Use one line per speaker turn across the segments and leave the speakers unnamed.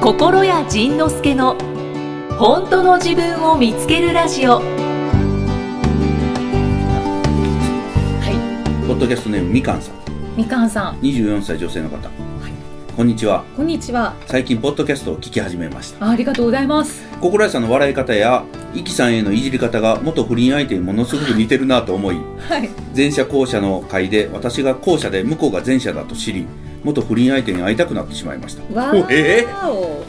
心谷仁之助の本当の自分を見つけるラジオ
ポッドキャストネームみかんさん
みかんさん
24歳女性の方、こんにちは
こんにちは
最近ポッドキャストを聞き始めました
あありがとうございます
心屋さんの笑い方やイキさんへのいじり方が元不倫相手にものすごく似てるなと思い
はい
前者後者の会で私が後者で向こうが前者だと知り元不倫相手に会いたくなってしまいました
わ
おえ
ーお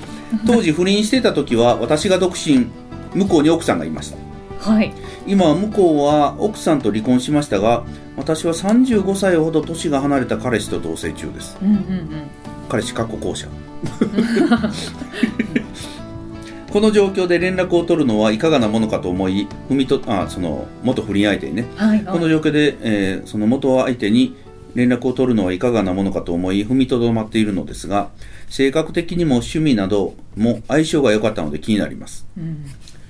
当時不倫してた時は私が独身向こうに奥さんがいました
はい
今は向こうは奥さんと離婚しましたが私は35歳ほど年が離れた彼氏と同棲中です
うんうん
彼氏かっこ後者 この状況で連絡を取るのはいかがなものかと思い踏みとあその元不倫相手にね
うんはい
この状況で、えーその元相手に連絡を取るのはいかがなものかと思い踏みとどまっているのですが性格的にも趣味なども相性が良かったので気になります
うん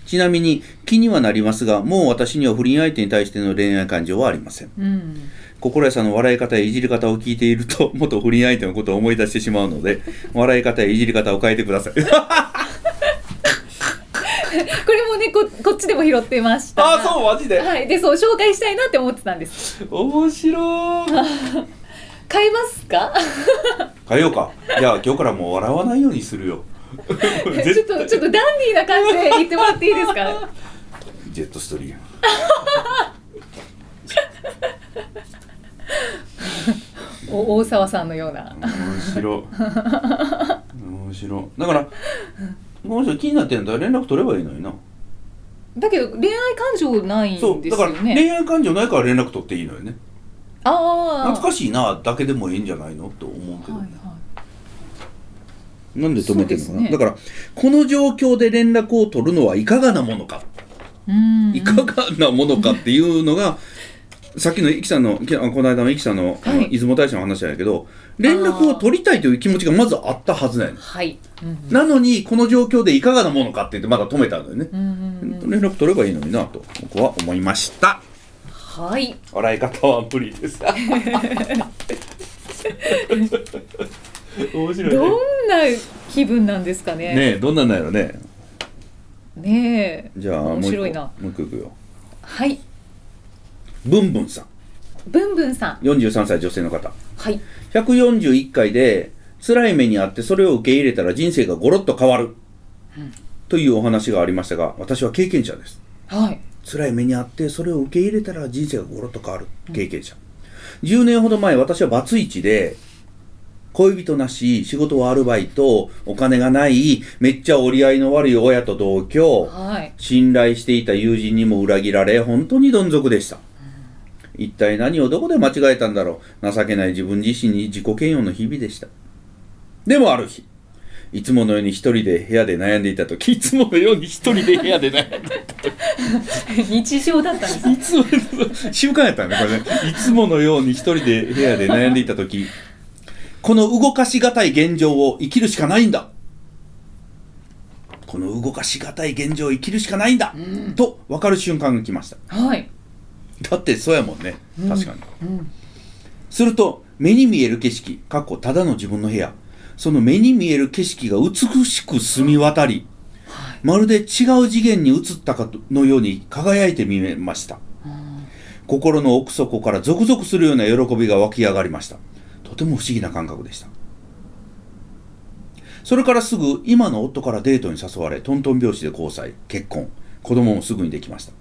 ちなみに気にはなりますがもう私には不倫相手に対しての恋愛感情はありません
うん
心屋さんの笑い方やいじり方を聞いていると 元不倫相手のことを思い出してしまうので笑い方やいじり方を変えてください
これもねここっちでも拾ってました
うマジ
はいでそう紹介したいなって思ってたんです
面白い
買いますか
変えようかじゃあ今日からもう笑わないようにするよ
ちょっとちょっとダンディーな感じで言ってもらっていいです か
ジェットストリーム
お大沢さんのような
面白い面白いだからこの人気になってんだったら連絡取ればいいのにな、
だけど恋愛感情ないんですよ
そう
ね
だから恋愛感情ないから連絡取っていいのよね
ああ
懐かしいなだけでもいいんじゃないのと思うけど、
はい
ね
は
なんで止めてるのか
そ
な、
うですね
だからこの状況で連絡を取るのはいかがなものか、
いうん
いかがなものかっていうのがさっきのイキさんのきあこの間のイキさんの,あの、
はい
出雲大社の話だけど連絡を取りたいという気持ちがまずあったはずなんやね
はいうん
なのにこの状況でいかがなものかって言ってまだ止めたんだよね、
うんうんうん
連絡取ればいいのになと僕は思いました
はい
笑い方は無理です 面白
どんな気分なんですかね。
ねえどんなんなんやろね
ねえ。
じゃあ
面白いな
もう一個もう一個いくよ
はい。
ブンブンさん
ブンブンさん。
43歳女性の方
はい。
141回で辛い目にあってそれを受け入れたら人生がゴロッと変わる、というお話がありましたが私は経験者です
はい。
辛い目にあってそれを受け入れたら人生がゴロッと変わる経験者、10年ほど前私はバツイチで恋人なし仕事はアルバイトお金がないめっちゃ折り合いの悪い親と同居
はい。
信頼していた友人にも裏切られ本当にどん底でした一体何をどこで間違えたんだろう情けない自分自身に自己嫌悪の日々でしたでもある日いつものように一人で部屋で悩んでいた時いつものように一人で部屋で悩んでいた時
日常だったんです。
いつも習慣やったねこれねいつものように一人で部屋で悩んでいた時この動かしがたい現状を生きるしかないんだこの動かしがたい現状を生きるしかないんだ、
うん
と分かる瞬間が来ました
はい。
だってそうやもんね
うん
確かに、
うん。
すると目に見える景色かっこただの自分の部屋その目に見える景色が美しく澄み渡り
はい。
まるで違う次元に移ったかのように輝いて見えました
うん
心の奥底からゾクゾクするような喜びが湧き上がりましたとても不思議な感覚でしたそれからすぐ今の夫からデートに誘われトントン拍子で交際結婚子供もすぐにできました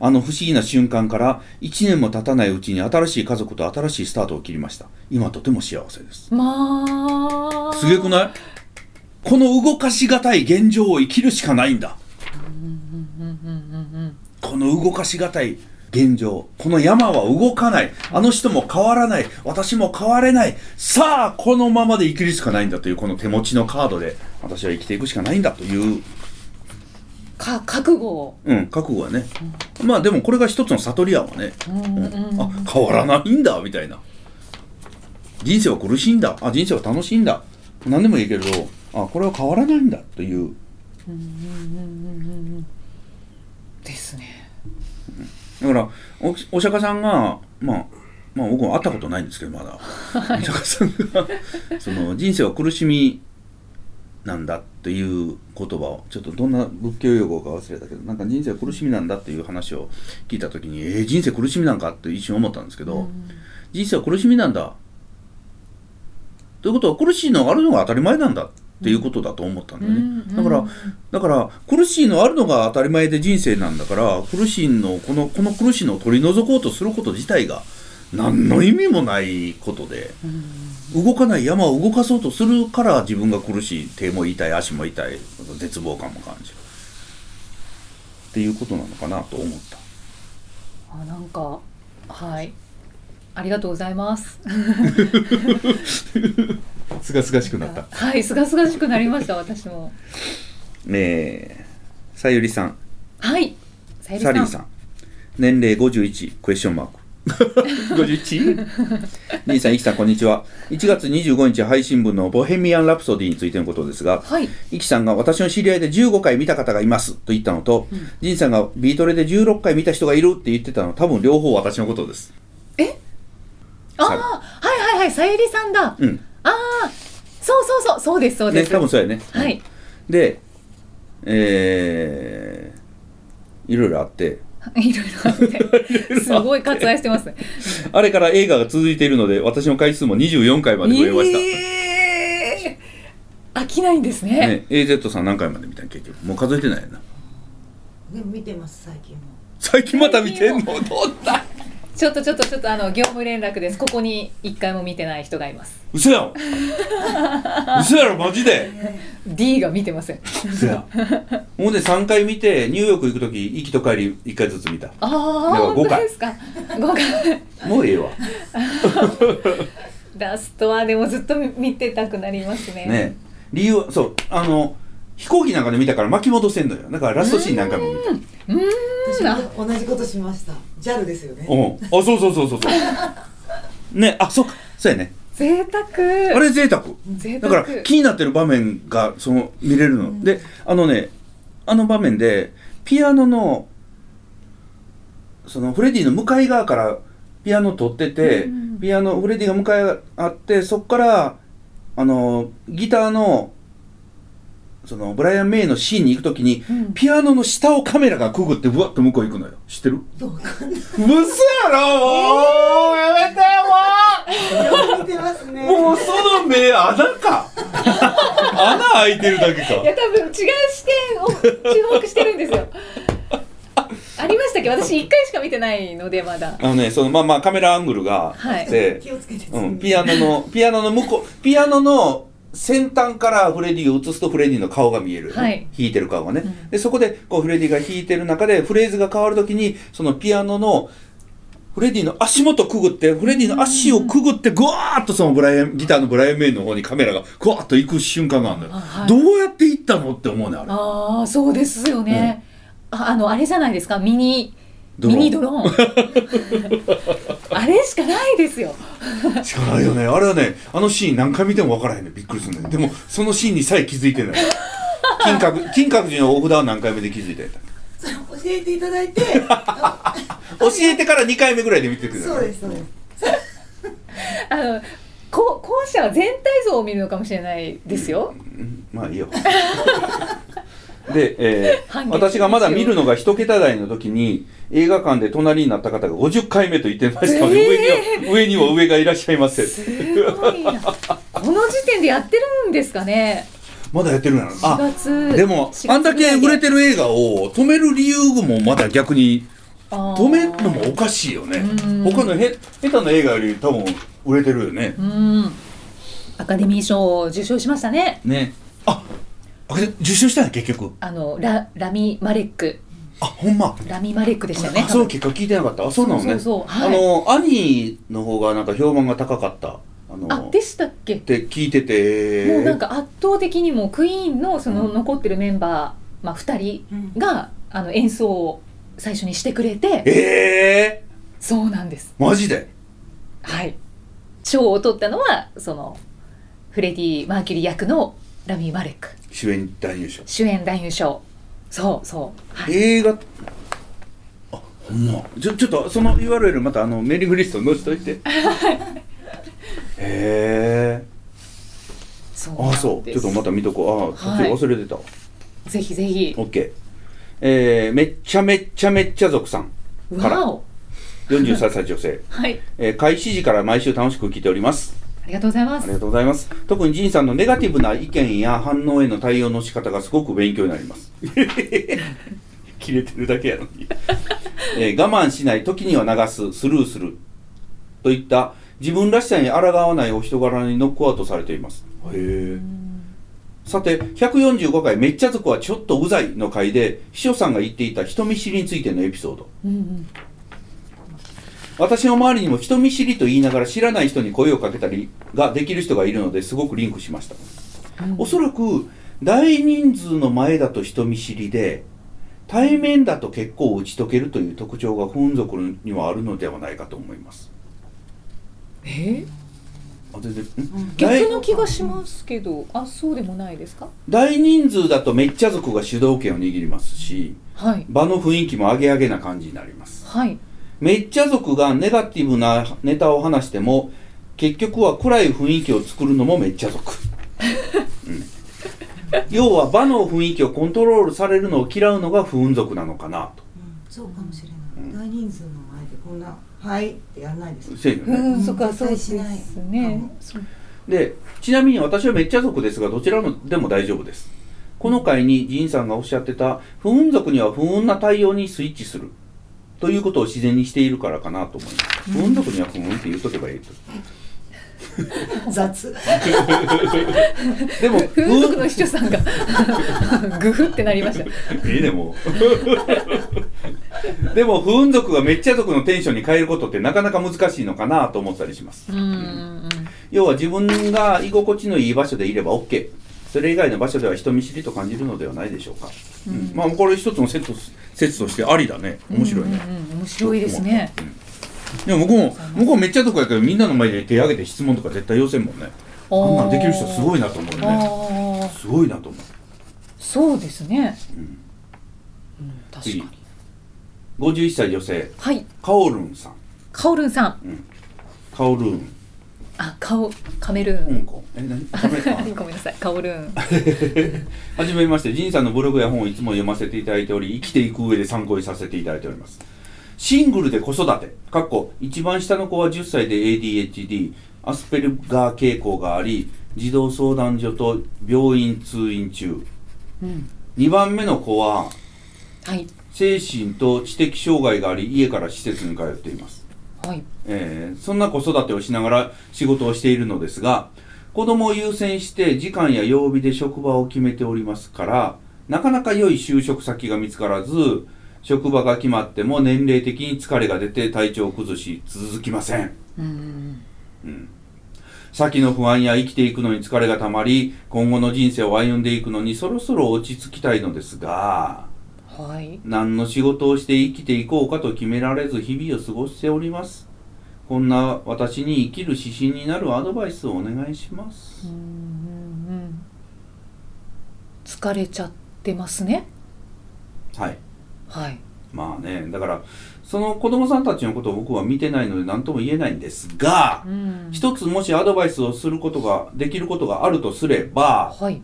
あの不思議な瞬間から1年も経たないうちに新しい家族と新しいスタートを切りました今とても幸せです
まあ。
すげくないこの動かしがたい現状を生きるしかないんだこの動かしがたい現状この山は動かないあの人も変わらない私も変われないさあこのままで生きるしかないんだというこの手持ちのカードで私は生きていくしかないんだという、
か覚悟を。
うん、覚悟はね、まあでもこれが一つの悟りやわね、
うんうん
あ変わらないんだみたいな人生は苦しいんだあ人生は楽しいんだ何でもいいけれどあこれは変わらないんだという
ですね。
だからおお釈迦さんがまあまあ僕も会った ことないんですけどまだ、お釈迦さんがその人生は苦しみなんだという言葉をちょっとどんな仏教用語か忘れたけどなんか人生は苦しみなんだという話を聞いた時にえー、人生苦しみなんかって一瞬思ったんですけど、人生は苦しみなんだということは苦しいのがあるのが当たり前なんだっていうことだと思ったんだよね、だからだから苦しいのあるのが当たり前で人生なんだから苦しいのをこのこの苦しいのを取り除こうとすること自体が何の意味もないことで動かない山を動かそうとするから自分が苦しい手も痛い足も痛い絶望感も感じるっていうことなのかなと思った
あなんかはいありがとうございます。
すがすがしく
はい、すがすがしくなりました、私も。
えー、さゆりさん
はい、さゆり
サ
さ
リー
ん。
さん年齢51クエスチョンマーク 51? 兄さん、イキさん、こんにちは。1月25日配信分のボヘミアン・ラプソディについてのことですが、
はい、
イキさんが私の知り合いで15回見た方がいますと言ったのと、ジンさんがビートレで16回見た人がいるって言ってたの、多分両方私のことです。
ああ、
さ
はいはいはい、さゆりさんだ。
うん。
ああ、そうそうそう、そうです、そう
ね、
です。
多分そうやね。
はい、
で、えー、いろいろあって、
いろいろあって、すごい割愛してます。
あれから映画が続いているので、私の回数も24回まで増えました。
えー、飽きないんですね。
ね、AZ さん何回まで見たん結局もう数えてないよな
でも見てます最近も
最近また見てんのどんな
ちょっとちょっとちょっとあの業務連絡です。ここに一回も見てない人がいます。
嘘やん嘘やろマジで
D が見てません。
嘘やもうね3回見てニューヨーク行く時行きと帰り1回ずつ見た
ああ、
では
本
五
当
回
ですか。五回。
もうええわ
ラストはでもずっと見てたくなりますね。
ね理由はそうあの飛行機なんかで見たから巻き戻せんのよだからラストシーン何回も見た
私も同じことしました JAL ですよね
うんあそうそうそうそうそうねあそうかそうやね
贅沢。
あれ贅沢
贅
だ
沢。
から気になってる場面がその見れるの、であのねあの場面でピアノのそのフレディの向かい側からピアノ取ってて、ピアノフレディが向かいあってそこからあのギターのそのブライアン・メイのシーンに行くときに、
うん
ピアノの下をカメラがくぐってぶわっと向こう行くのよ 知ってる
どうわかんない
嘘やろもうやめてよもう
よく見てますね
もうその目穴 か穴開いてるだけか
いや多分違う視点を注目してるんです よ。ありましたっけど、私一回しか見てないのでまだ。
あのねそのまあまあカメラアングル
は
があ
い
って、
気をつけて、
うん、ピアノのピアノの向こうピアノの先端からフレディを映すとフレディの顔が見える、
はい
弾いてる顔がね、
うん
でそこでこうフレディが弾いてる中でフレーズが変わるときにそのピアノのフレディの足元くぐってフレディの足をくぐってぐわーっとそのブライアンギターのブライアン・メインの方にカメラがぐわーっと行く瞬間があるのよ、
あはい
どうやって行ったのって思うねあれ
ああそうですよね。ああのあれじゃないですかミニ
ドローン
ミニド ローン。あれしかないですよ。
しかないよねあれはねあのシーン何回見ても分からへんねびっくりするねでもそのシーンにさえ気づいてない金閣 金閣寺のお札は何回目で気づいてた
それ教えていただいて
教えてから2回目ぐらいで見てくる
そうですそうです
あのこう校舎は全体像を見るのかもしれないですよ。
うんまあいいよ で、えー
反撃
私がまだ見るのが一桁台の時に映画館で隣になった方が50回目と言ってましたので、上には上には上がいらっしゃいませ
すごいな。この時点でやってるんですかね。
まだやってるんやろ
4月。
でも
4月
あんだけ売れてる映画を止める理由もまだ逆に止
止
めるのもおかしいよね
うん
他のへ下手な映画より多分売れてるよね
うん。アカデミー賞を受賞しましたね。
ねああれ受賞したんや結局
あのララミマレック、
あほんま
ラミマレックでしたよね。
あそう結果聞いてなかったあそうなのね
そうそうそうはい
あの兄の方がなんか評判が高かったあ
多分
の
あでしたっけ
っ。て聞いてて
もうなんか圧倒的にもうクイーンのその
うん
残ってるメンバー、まあ二人
うん
があの演奏を最初にしてくれて、
ええ
そうなんです。
ー、マジで
はい。賞を取ったのはそのフレディマーキュリー役のラミマレック。
主演男優賞
主演男優賞そうそう、はい、
映画あほんまちょちょっとその URL またあのメー リングリストに載せといてへえ
そう
ああそう
で
ちょ
す
っとまた見とこうあ
は
あ
い
途中忘れてた、
ぜひぜひ
オッケーえー、めっちゃめっちゃめっちゃ族さんから
わお
43歳女性、
はい
えー開始時から毎週楽しく聞いております
ありがとうございま
あ
す
りがとうございます特にジンさんのネガティブな意見や反応への対応の仕方がすごく勉強になります 切れてるだけやのに、 えー我慢しない時には流すスルーするといった自分らしさに抗わないお人柄にノックアウトされていますへえさて145回「めっちゃ族はちょっとうざい」の回で秘書さんが言っていた人見知りについてのエピソード
うんうん
私の周りにも人見知りと言いながら知らない人に声をかけたりができる人がいるのですごくリンクしました、おそらく大人数の前だと人見知りで対面だと結構打ち解けるという特徴が本族にはあるのではないかと思います
え
あ全然ん
逆
大
の気がしますけどあそうでもないですか
大人数だとめっちゃ族が主導権を握りますし
はい
場の雰囲気もアゲアゲな感じになります
はい
めっちゃ族がネガティブなネタを話しても結局は暗い雰囲気を作るのもめっち ゃ族、うん要は場の雰囲気をコントロールされるのを嫌うのが不運族なのかな
うんそうかもしれ
うん
ない。大人数の前でこんな「はい」ってやらないです
と。せやよ
う
ね
んそっか
絶
そうで
対しない
すねそう
でちなみに私はめっちゃ族ですがどちらのでも大丈夫ですこの回にジンさんがおっしゃってた不運族には不運な対応にスイッチするということを自然にしているからかなと思います不運族には不運って言うとけ ばいいと
雑。
でも
風俗の秘書さんがグフってなりました
いいねもう でも不運族がめっちゃ族のテンションに変えることってなかなか難しいのかなと思ったりします
うんうん
要は自分が居心地のいい場所でいれば OK それ以外の場所では人見知りと感じるのではないでしょうか、うんまあこれ一つの説と説としてありだね面白いね、
うんうんうん面白いですね
でも向こうも向こうめっちゃ族やけどみんなの前で手挙げて質問とか絶対要せんもんね
あ
あんなんできる人す
い
ごいなと思うね
ああ
すごいなと思う
そうですねう
ん
ん確
次
かに
51歳女性
はい
カオルンさん
カオルンさん
カオルーン
あ顔カメルーン
香港え何カ メ
ごめんなさい、カオルーン。
はじめまして、ジンさんのブログや本をいつも読ませていただいており、生きていく上で参考にさせていただいております。シングルで子育て、かっこ一番下の子は10歳で ADHD、アスペルガー傾向があり、児童相談所と病院通院中。
うん、
2番目の子は、
はい、
精神と知的障害があり、家から施設に通っています。
はい、
えーそんな子育てをしながら仕事をしているのですが、子供を優先して時間や曜日で職場を決めておりますから、なかなか良い就職先が見つからず、職場が決まっても年齢的に疲れが出て体調を崩し続きません。
うん、
先の不安や生きていくのに疲れがたまり、今後の人生を歩んでいくのにそろそろ落ち着きたいのですが、
はい、
何の仕事をして生きていこうかと決められず日々を過ごしておりますこんな私に生きる指針になるアドバイスをお願いしま
う
す
ん、うん、うん。疲れちゃってますね。
はい
はい、
まあねだからその子供さんたちのことを僕は見てないので何とも言えないんですが
うん、
一つもしアドバイスをすることができることがあるとすれば
はい、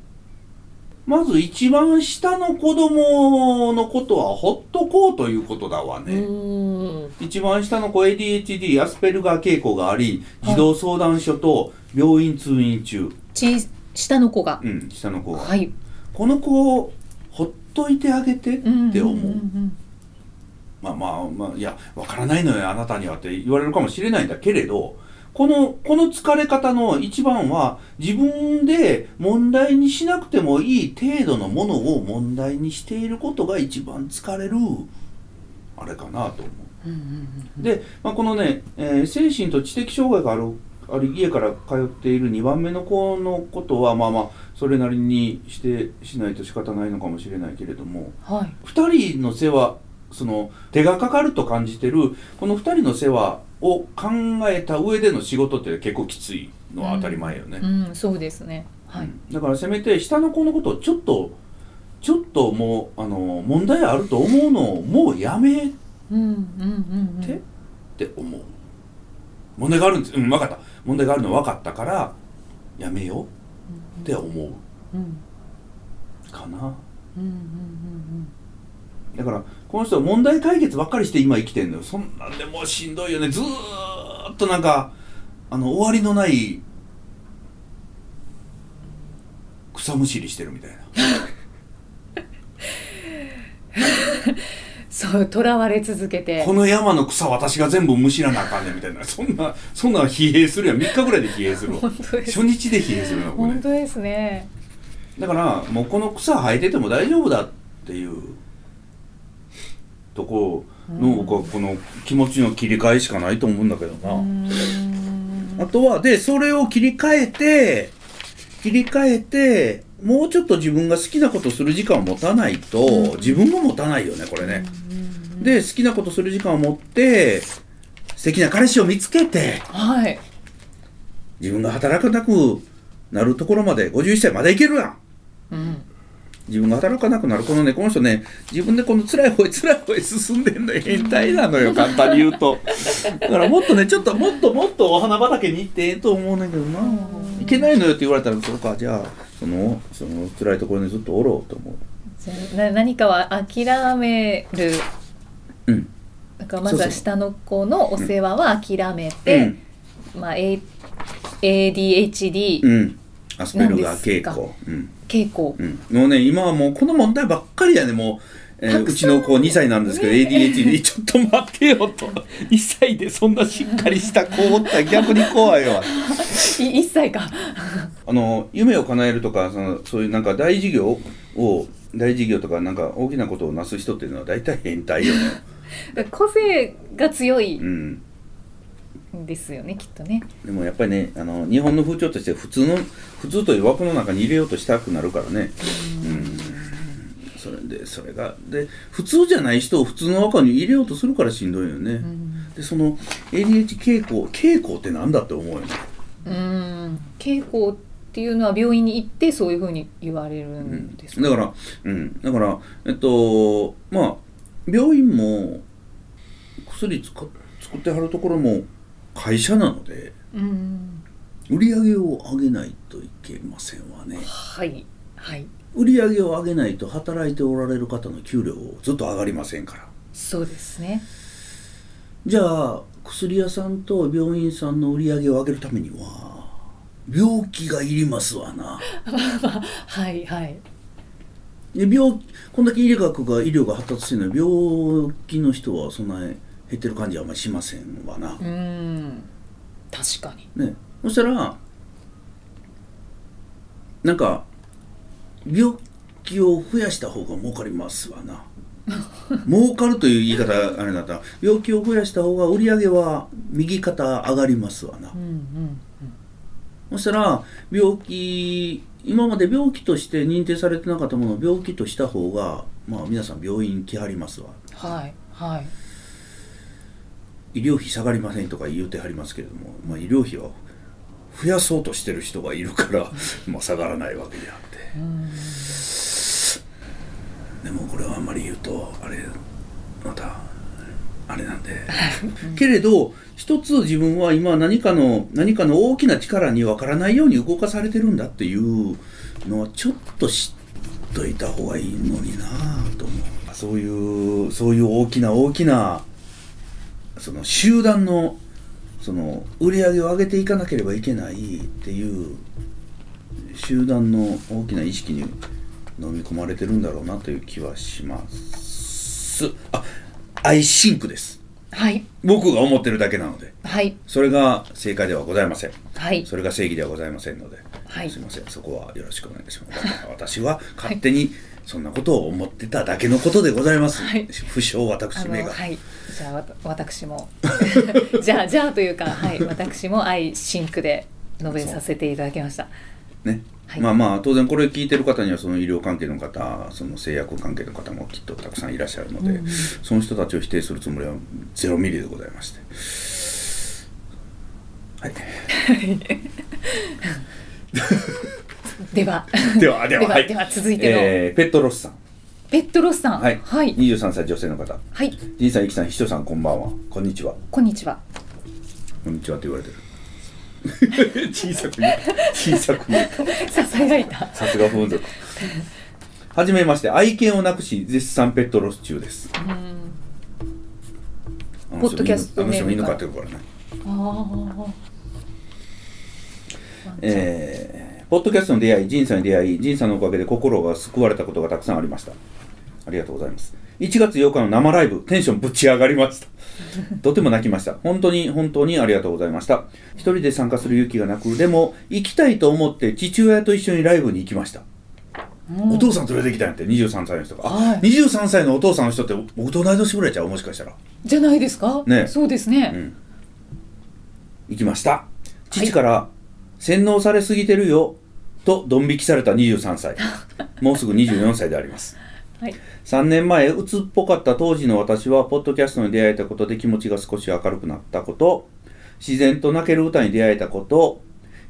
まず一番下の子供のことはほっとこうということだわね、
うん、
一番下の子 ADHD アスペルガー傾向があり児童相談所と病院通院中、
ち、下の子が、
うん、下の子が、
はい、
この子をほっといてあげてって
うん、
思う,、
ん
まあまあまあいやわからないのよあなたにはって言われるかもしれないんだけれどこのこの疲れ方の一番は自分で問題にしなくてもいい程度のものを問題にしていることが一番疲れるあれかなと思
う
う。
ん、うん、
で、まあ、このね、えー精神と知的障害があるある家から通っている2番目の子のことはまあまあそれなりにしてしないと仕方ないのかもしれないけれども
うん、はい、
2人の世話その手がかかると感じてるこの2人の世話を考えた上での仕事って結構きついのは当たり前よね、
うん、そうですね。はい、
だからせめて下の子のことをちょっとちょっともうあの問題あると思うのをもうやめ
うん、うん、うん、
てって思う問題があるんですうん分かった問題があるの分かったからやめようって思
うん
うか
うん
な
うんうん
だからこの人は問題解決ばっかりして今生きてんのよそんなんでもうしんどいよねずーっとなんかあの終わりのない草むしりしてるみたいな
そうとらわれ続けて
この山の草私が全部むしらなあかんねんみたいなそんなそんな疲弊するやん3日ぐらいで疲弊する わ
本当です
初日で疲弊するなこれ
本当ですね
だからもうこの草生えてても大丈夫だっていうとこの僕はこの気持ちの切り替えしかないと思うんだけどな、
うーん
あとは、で、それを切り替えて、切り替えて、もうちょっと自分が好きなことする時間を持たないと、
うん
自分も持たないよね、これね。で、好きなことする時間を持って、素敵な彼氏を見つけて、
はい
自分が働かなくなるところまで、51歳までいけるやん。
うん
自分が働かなくなる。このね、この人ね、自分でこの辛い方へ辛い方へ進んでんのよ。変態なのよ、簡単に言うと。だからもっとね、ちょっともっともっとお花畑に行ってええと思うねんだけどな。いけないのよって言われたら、そうか、じゃあ、その、その辛いところにずっとおろうと思う。
じゃあな何かは諦める
うん。
なんかまずは
そうそう
下の子のお世話は諦め
う
て
ん、
まあ、A- ADHD
うん。アスペルガー傾
なん
向。うん。
傾 向
うん。もうね、今はもうこの問題ばっかりやね、もう。えー
たく
う
さ
ち
ん
の子2歳なんですけど、ADHD ちょっと待ってよと1歳でそんなしっかりした子おったら逆に怖いわ
い一歳か
あの夢を叶えるとかそのそういうなんか大事業を大事業とかなんか大きなことをなす人っていうのは大体変態よね。、
個性が強いう
ん。
んですよねきっとね
でもやっぱりねあの日本の風潮として普通の普通という枠の中に入れようとしたくなるからね。うん。それでそれがで普通じゃない人を普通の枠に入れようとするからしんどいよね。
うん
でその ADH 傾向傾向ってなんだって思うよね。
うん傾向っていうのは病院に行ってそういうふうに言われるんです
だから、うん、だから、えっと、まあ、病院も薬つか作ってはるところも会社なので、
うん
売り上げを上げないといけませんわね。
はいはい
売り上げを上げないと働いておられる方の給料ずっと上がりませんから。
そうです ね
じゃあ、薬屋さんと病院さんの売り上げを上げるためには、病気がいりますわな。
はいはい
で病こんだけ医学が医療が発達してるのに病気の人はそんな減ってる感じはあんまりしませんわな、
うん確かに
ねそしたらなんか病気を増やした方が儲かりますわな儲かるという言い方あれだった病気を増やした方が売り上げは右肩上がりますわな、
うんうん
そしたら病気今まで病気として認定されてなかったものを病気とした方がまあ皆さん病院来はりますわ
はいはい
医療費下がりませんとか言うてはりますけれども、まあ、医療費は増やそうとしてる人がいるからまあ下がらないわけであっ
う
て
ん
でもこれはあんまり言うとあれまたあれなんでけれど一つ自分は今何かの何かの大きな力に分からないように動かされてるんだっていうのはちょっと知っといた方がいいのになぁと思うそういうそういう大きな大きなその集団のその売り上げを上げていかなければいけないっていう集団の大きな意識に飲み込まれてるんだろうなという気はしますあアイシンクです
はい
僕が思ってるだけなので
はい
それが正解ではございません
はい
それが正義ではございませんので、
はい
すいませんそこはよろしくお願いします私は勝手にそんなことを思ってただけのことでございます、
はい
不詳
あ
私
の
めが、
はいじゃあわた私も じゃあじゃあというかはい私も愛シンクで述べさせていただきました
ね
はい
まあまあ当然これ聞いてる方にはその医療関係の方その製薬関係の方もきっとたくさんいらっしゃるので、
うんうん
その人たちを否定するつもりはゼロミリでございましてはい
では
ではでは
では
はい
では続いての
えーペットロスさん
ペットロスさん
はい、
はい、
23歳女性の方
はい
じいさん、いきさん、ひとさん、こんばんは。こんにちは。
こんにちは
こんにちはって言われてる。 小さく言う小さく言う
ささやいた。
さすが風俗はじめまして愛犬をなくし絶賛ペットロス中です
うん。
あの
ポ
人
ッドキャスト
犬あの人
メー
犬
ル
飼
が
ってるからね
ああ。
えーポッドキャストの出会い、仁さんに出会い、仁さんのおかげで心が救われたことがたくさんありました。ありがとうございます。1月8日の生ライブ、テンションぶち上がりま した。とても泣きました。本当に、本当にありがとうございました。一人で参加する勇気がなく、でも、行きたいと思って父親と一緒にライブに行きました。お父さん連れてきたんやって、23歳の人が。
はい
あ、23歳のお父さんの人って、僕と同い年ぐらいちゃうもしかしたら。
じゃないですか。
ね
そうです
う
ね。
ん、行きました父から、洗脳されすぎてるよ」とドン引きされた23歳 もうすぐ24歳であります
はい。
3年前鬱っぽかった当時の私はポッドキャストに出会えたことで気持ちが少し明るくなったこと自然と泣ける歌に出会えたこと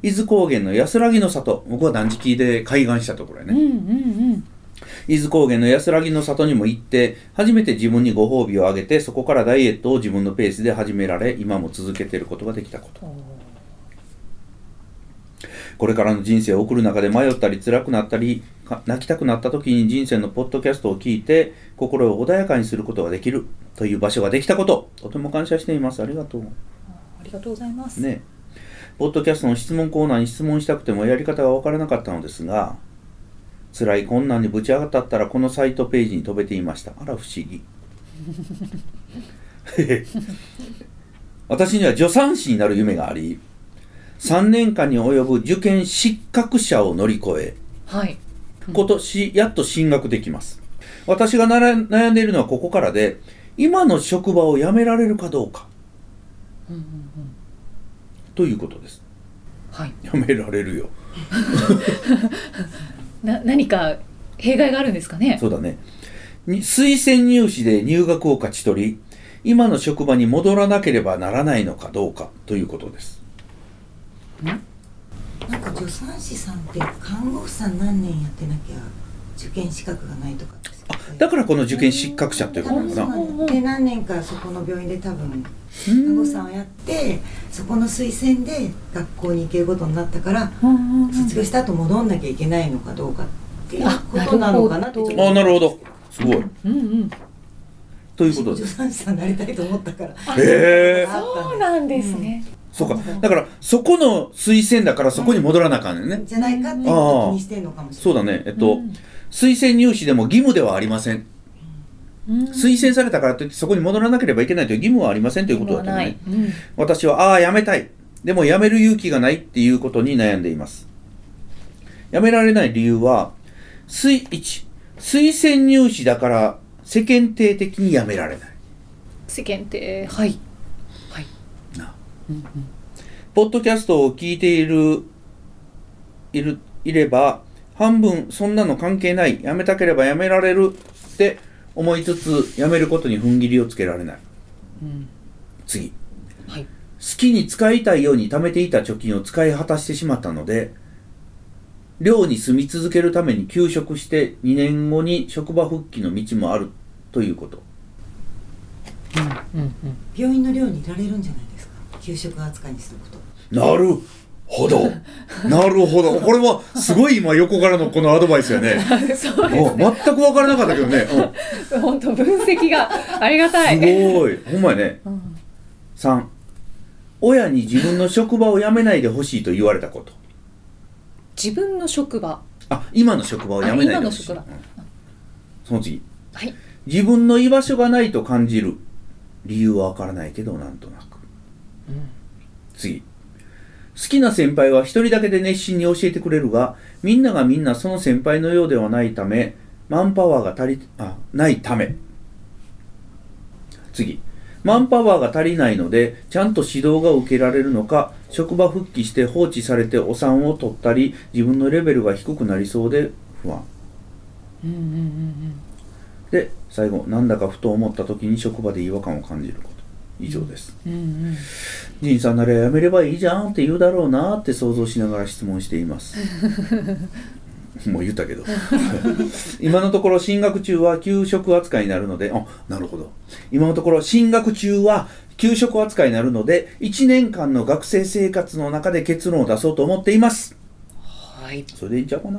伊豆高原の安らぎの里僕は断食で開眼したところや
うん
ね、
うんうん。
伊豆高原の安らぎの里にも行って初めて自分にご褒美をあげてそこからダイエットを自分のペースで始められ今も続けていることができたこと
おー
これからの人生を送る中で迷ったり辛くなったりか泣きたくなった時に人生のポッドキャストを聞いて心を穏やかにすることができるという場所ができたこととても感謝していますありがとう
ありがとうございます。
ねポッドキャストの質問コーナーに質問したくてもやり方が分からなかったのですが辛い困難にぶち当たったらこのサイトページに飛べていましたあら不思議私には助産師になる夢があり3年間に及ぶ受験失格者を乗り越え
はい。
今年やっと進学できます私がなら悩んでいるのはここからで今の職場を辞められるかどうか
うんうんうん。
ということです
はい。
辞められるよ
な、何か弊害があるんですかね。
そうだねに推薦入試で入学を勝ち取り今の職場に戻らなければならないのかどうかということです
なんか助産師さんって看護婦さん何年やってなきゃ受験資格がないとかって
あだからこの受験失格者っていうことな
多
の
分
か
そ
な
うなんだで何年かそこの病院で多分看護婦さんをやってそこの推薦で学校に行けることになったから
うんうんうん
卒業した後戻んなきゃいけないのかどうかっていうことなのかなってちょっと
あなるほどすごい
うんうん。
ということで
助
す
産師さんになりたいと思ったから
へえ
そうなんですね。
そうかだからそこの推薦だからそこに戻らなあかんねんね
じゃないかっていうことを気にしてんのかもし
そう
れない
だねえっ
う
と
ん
推薦入試でも義務ではありません
うん
推薦されたからといってそこに戻らなければいけないという義務はありませんということだった
今はない
ね。私はああやめたいでもやめる勇気がないっていうことに悩んでいますやめられない理由は推1推薦入試だから世間体的にやめられない
世間ってはいはい。
な
うんうん
ポッドキャストを聞いているいるいれば半分そんなの関係ないやめたければやめられるって思いつつやめることに踏ん切りをつけられない
うん
次
はい。
好きに使いたいように貯めていた貯金を使い果たしてしまったので寮に住み続けるために休職して2年後に職場復帰の道もあるということ
うんうんうん。
病院の寮にいられるんじゃないですか給食扱いにすること
なるほ どなるほどこれはすごい今横からのこのアドバイスやね
そうで
お全く分からなかったけどね、うん
す。本当分析がありがたい。
すごいほんまやね
うん
3親に自分の職場を辞めないでほしいと言われたこと
自分の職場。
あ今の職場を辞めないでほしい、
あ今の職場
うんその次
はい。
自分の居場所がないと感じる理由はわからないけどなんとなく次好きな先輩は一人だけで熱心に教えてくれるがみんながみんなその先輩のようではないためマンパワーが足りあないため次マンパワーが足りないのでちゃんと指導が受けられるのか職場復帰して放置されてお産を取ったり自分のレベルが低くなりそうで不安
うんうんうんうん。
で最後なんだかふと思った時に職場で違和感を感じること以上です
うんうん、
仁さんならやめればいいじゃんって言うだろうなって想像しながら質問していますもう言ったけど 今のところ進学中は給食扱いになるのであなるほど今のところ進学中は給食扱いになるので、1年間の学生生活の中で結論を出そうと思っています。
はい。
それでいいんちゃうかな。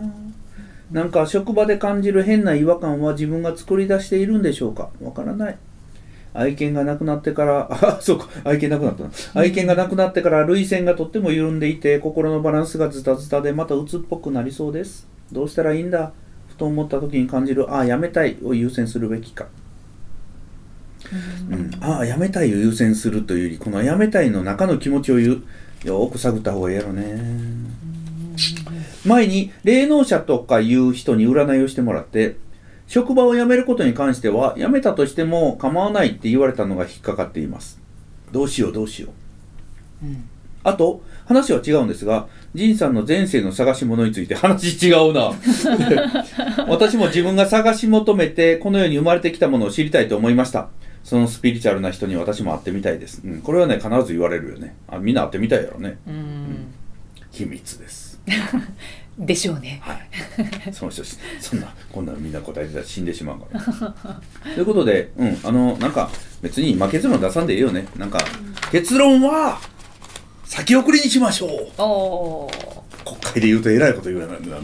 なんか職場で感じる変な違和感は自分が作り出しているんでしょうかわからない。愛犬がなくなってから、 あ、そうか、愛犬なくなったな。愛犬がなくなってから、涙腺がとっても緩んでいて、心のバランスがズタズタで、また鬱っぽくなりそうです。どうしたらいいんだふと思った時に感じる、ああ、やめたいを優先するべきか。うん、ああ、やめたいを優先するというより、このやめたいの中の気持ちをゆよーく探った方がいいやろね。前に霊能者とかいう人に占いをしてもらって、職場を辞めることに関しては、辞めたとしても構わないって言われたのが引っかかっています。どうしようどうしよう。
うん。
あと、話は違うんですが、仁さんの前世の探し物について話違うな。 私も自分が探し求めて、この世に生まれてきたものを知りたいと思いました。そのスピリチュアルな人に私も会ってみたいです。うん、これはね、必ず言われるよね。あ、みんな会ってみたいやろね。
うん。
秘密です。
でしょうね。
はい。その人、そんな、こんなのみんな答えてたら死んでしまうから。ということで、うん、あの、なんか、別に、まあ、結論出さんでいいよね。なんか、結論は、先送りにしましょう。
おお。
国会で言うとえらいこと言わないんだ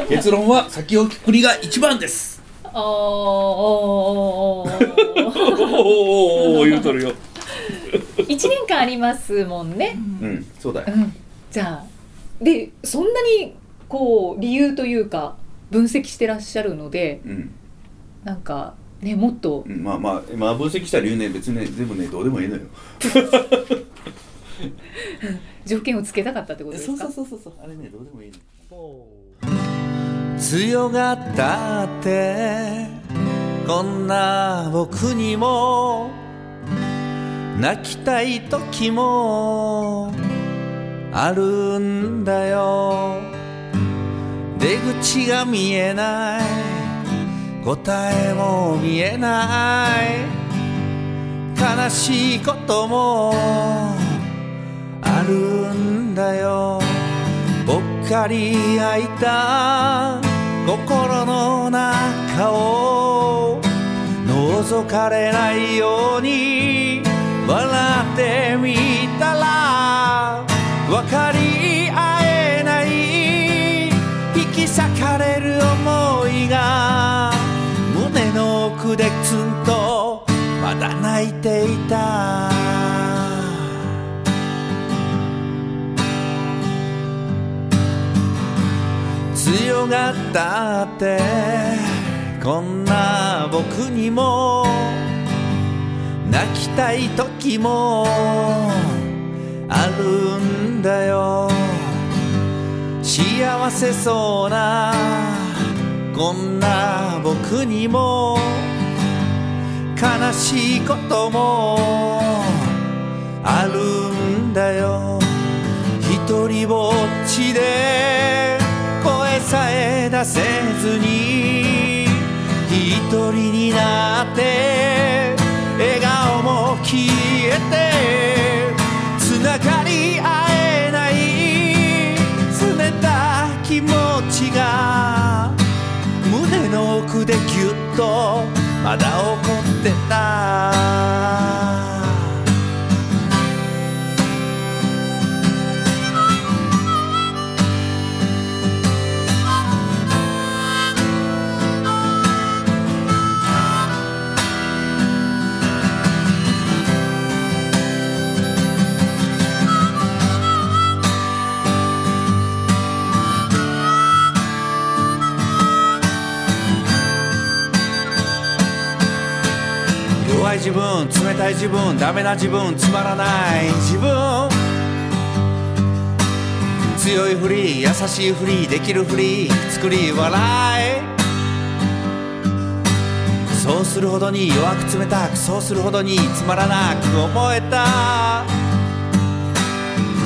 な結論は先送りが一番です
おお。
おーおーおー言うとるよ
一年間ありますもんね。
うんそうだ
う
よ
ん。じゃあ。で、そんなに。こう理由というか。分析してらっしゃるので。
うん、
なんか。ね、もっと
う。ん、まあまあまあ分析した理由ね別にね全部ねどうでもいいのよ
条件をつけたかったってことですか。
そうそうそうあれねどうでもいいの
強がったってこんな僕にも泣きたい時もあるんだよ出口が見えない答えも見えない悲しいこともあるんだよぽっかり開いた心の中を覗かれないように笑ってみたら分かり合えない引き裂かれる思いが胸の奥でツンとまだ泣いていた強がったってこんな僕にも泣きたい時もあるんだよ幸せそうなこんな僕にも悲しいこともあるんだよ一人ぼっちで声さえ出せずに一人になって笑顔も消えてつながり合えない冷た気持ちが胸の奥でギュッとまだ怒ってた弱い自分冷たい自分ダメな自分つまらない自分強いふり優しいふりできるふり作り笑いそうするほどに弱く冷たくそうするほどにつまらなく思えた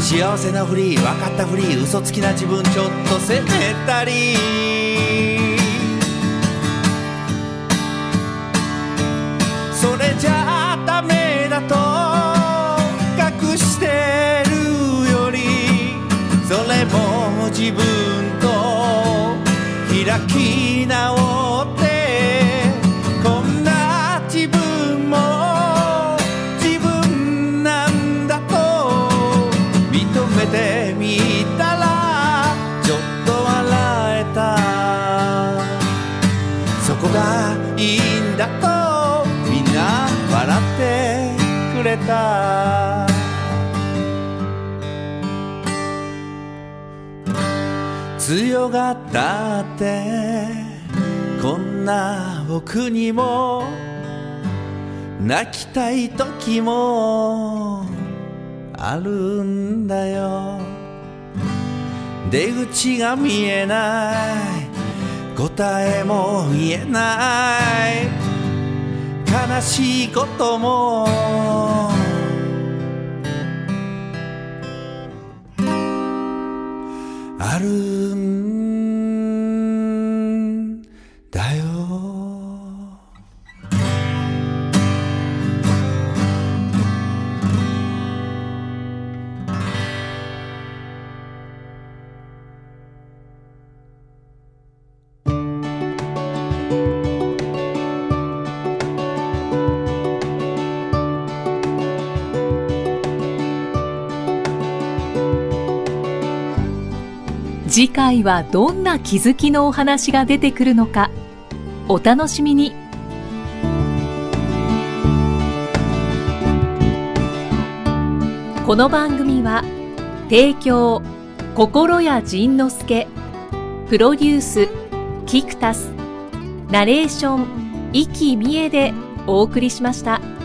幸せなふり分かったふり嘘つきな自分ちょっと責めたりそれじゃあダメだと隠してるよりそれも自分と開き直ってこんな自分も自分めてみたらちょっと笑えたそこがいいんだとみんな笑ってくれた強がったってこんな僕にも泣きたい時もあるんだよ出口が見えない答えも見えない悲しいこともあるんだよ
次回はどんな気づきのお話が出てくるのかお楽しみにこの番組は提供心谷仁之助プロデュースキクタスナレーション生きみえでお送りしました。